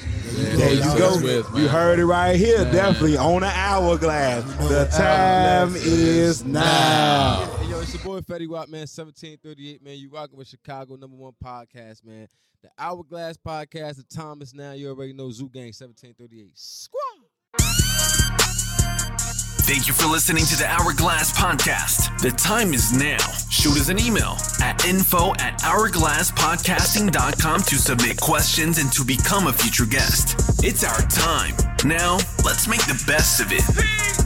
[SPEAKER 1] There you
[SPEAKER 2] That's
[SPEAKER 1] go.
[SPEAKER 2] what's with,
[SPEAKER 1] you
[SPEAKER 2] man.
[SPEAKER 1] heard it right here. Definitely on the hourglass. The time is now.
[SPEAKER 8] Hey, yo, it's your boy Fetty Wap, man. 1738, man. You rocking with Chicago number one podcast, man. The Hourglass Podcast, the Thomas now. You already know Zoo Gang 1738. Squad.
[SPEAKER 7] Thank you for listening to the Hourglass Podcast. The time is now. Shoot us an email at info at hourglasspodcasting.com to submit questions and to become a future guest. It's our time. Now, let's make the best of it.